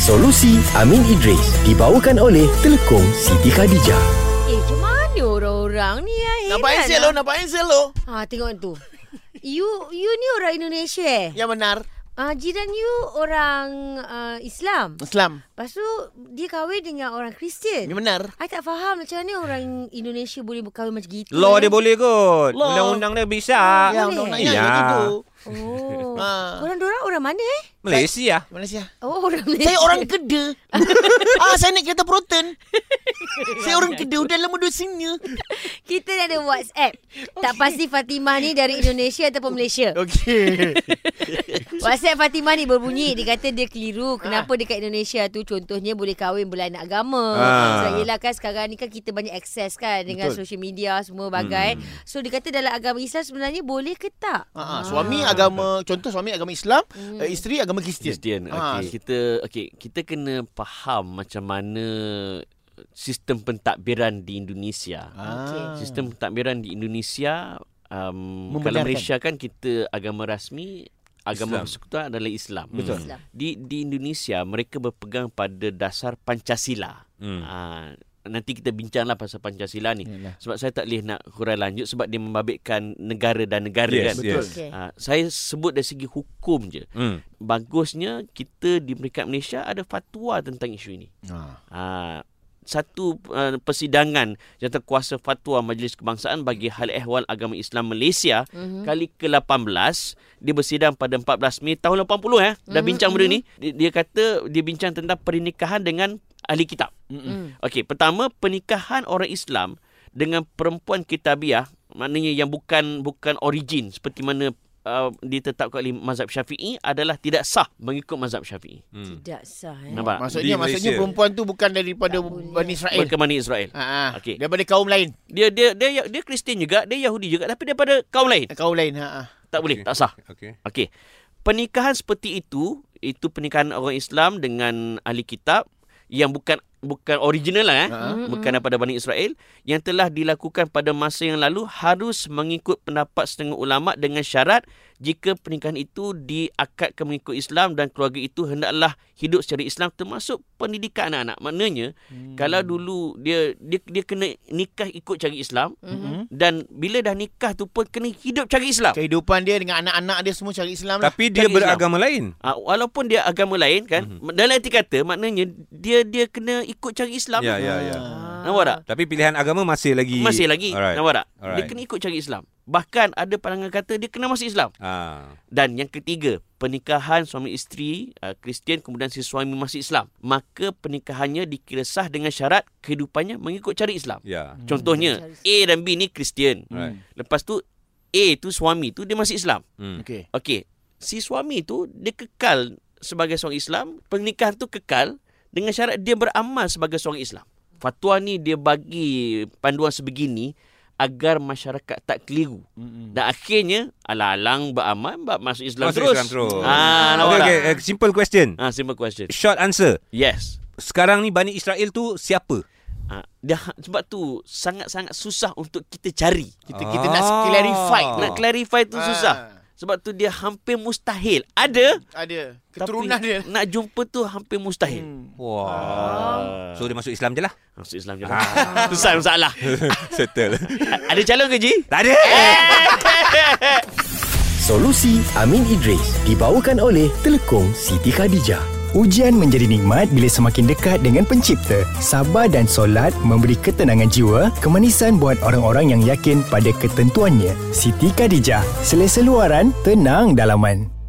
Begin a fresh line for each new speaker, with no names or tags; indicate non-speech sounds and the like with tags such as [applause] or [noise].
Solusi Amin Idris dibawakan oleh Telekom Siti Khadijah.
Eh, macam mana orang-orang ni ya?
Nampak
Heran
Ansel
lah.
lo, nampak Ansel lo.
Ha, tengok tu. You you ni orang Indonesia eh?
Yang benar
Ah, jiran you orang uh, Islam.
Islam.
Lepas tu dia kahwin dengan orang
Yang
Kristian.
benar.
I tak faham macam mana orang Indonesia boleh berkahwin macam gitu.
Law
eh.
dia boleh kot.
Law.
Undang-undang dia bisa.
Ya.
Yang undang-undang
Ya.
yang itu.
Oh.
[laughs] Ha.
orang dorang orang mana eh?
Malaysia.
Malaysia.
Oh, orang Malaysia.
Saya orang Kedah. [laughs] ah, saya naik kereta Proton. saya orang Kedah. Dah lama duduk sini.
Kita dah ada WhatsApp. Tak pasti Fatimah ni dari Indonesia ataupun Malaysia.
Okey.
[laughs] WhatsApp Fatimah ni berbunyi Dia kata dia keliru Kenapa dekat Indonesia tu Contohnya boleh kahwin berlainan agama
Ah.
Sebab yelah kan sekarang ni kan Kita banyak akses kan Dengan Betul. social media semua bagai hmm. So dia kata dalam agama Islam sebenarnya Boleh ke tak?
Ah, ah, suami agama contoh suami agama Islam, hmm. isteri agama Kristian.
Kristian.
Ah,
Okey, kita okey, kita kena faham macam mana sistem pentadbiran di Indonesia.
Ah.
Okey.
Sistem pentadbiran di Indonesia um,
Membenarkan.
kalau Malaysia kan kita agama rasmi agama
Islam.
persekutuan adalah Islam.
Hmm. Betul.
Islam.
Di di Indonesia mereka berpegang pada dasar Pancasila.
Hmm.
Ah, nanti kita bincanglah pasal Pancasila ni.
Yalah.
Sebab saya tak boleh nak hurai lanjut sebab dia membabitkan negara dan negara
Yes,
kan.
yes.
Okey.
Ah, saya sebut dari segi hukum je.
Hmm.
Bagusnya kita di peringkat Malaysia ada fatwa tentang isu ini.
Ah.
Ha, satu uh, persidangan Jawatankuasa Fatwa Majlis Kebangsaan bagi Hal Ehwal Agama Islam Malaysia
Mhm.
mm-hmm. kali ke-18 dia bersidang pada 14 Mei tahun 80 eh dah bincang benda ni dia, dia kata dia bincang tentang pernikahan dengan ahli kitab.
Mm.
Mm-mm. Okey, pertama pernikahan orang Islam dengan perempuan kitabiah maknanya yang bukan bukan origin seperti mana uh, ditetapkan oleh mazhab Syafi'i adalah tidak sah mengikut mazhab Syafi'i.
Tidak sah eh?
Nampak?
Maksudnya
Ah, Di
maksudnya
Malaysia.
perempuan tu bukan daripada
Tak boleh.
Bani Israel.
Bukan mana Israel.
Ah, ah.
Okey.
Daripada kaum lain.
Dia dia dia dia Kristian juga, dia Yahudi juga tapi daripada kaum lain.
Kaum lain, ha ah.
Tak boleh, tak sah.
Okey.
Okey. Pernikahan seperti itu, itu pernikahan orang Islam dengan ahli kitab yang bukan bukan original lah eh.
Ha.
Bukan daripada Bani Israel yang telah dilakukan pada masa yang lalu harus mengikut pendapat setengah ulama dengan syarat jika pernikahan itu diakadkan mengikut Islam dan keluarga itu hendaklah hidup secara Islam termasuk pendidikan anak-anak. Maknanya
Hmm.
kalau dulu dia dia dia kena nikah ikut cara Islam
Hmm.
Mhm.
dan bila dah nikah tu pun kena hidup cara Islam.
Kehidupan dia dengan anak-anak dia semua cari Islam lah.
Tapi dia
Islam.
beragama lain.
Uh, walaupun dia agama lain kan
Mhm.
mm-hmm. dalam erti kata maknanya dia dia kena ikut cara Islam.
Ya, ya, ya.
Ah.
Nampak tak?
Tapi pilihan agama masih lagi.
Masih lagi.
Alright.
Nampak tak? Dia
Alright.
kena ikut cara Islam. Bahkan ada pandangan kata dia kena masuk Islam.
Ah.
Dan yang ketiga, pernikahan suami isteri uh, Kristian kemudian si suami masih Islam. Maka pernikahannya dikira sah dengan syarat kehidupannya mengikut cara Islam.
Ya.
Contohnya, A dan B ni Kristian.
Alright.
Lepas tu A tu suami tu dia masih Islam.
Hmm.
Okey.
Okey, si suami tu dia kekal sebagai seorang Islam, pernikahan tu kekal dengan syarat dia beramal sebagai seorang Islam. Fatwa ni dia bagi panduan sebegini agar masyarakat tak keliru. Dan akhirnya alang-alang beramal bab masuk Islam
Masuk
terus.
Islam terus.
Ah, nampak
Okay,
tak?
okay. eh, Simple question.
Ah, simple question.
Short answer.
Yes.
Sekarang ni Bani Israel tu siapa?
Ah, dah sebab tu sangat-sangat susah untuk kita cari.
Kita kita nak clarify.
Ah.
Nak clarify
Ah.
tu susah. Sebab tu dia hampir mustahil. Ada
Ada keturunan
tapi
dia.
Nak jumpa tu hampir mustahil.
Hmm.
Wah. So dia masuk Islam
[laughs]
je lah.
Masuk Islam je lah. Selesai masalah.
Settle.
A- Ada calon ke Ji?
tak ada.
Eh,
Solusi Amin Idris dibawakan oleh Telekom Siti Khadijah.
Ujian menjadi nikmat bila semakin dekat dengan pencipta. Sabar dan solat memberi ketenangan jiwa, kemanisan buat orang-orang yang yakin pada ketentuannya. Siti Khadijah, selesa luaran, tenang dalaman.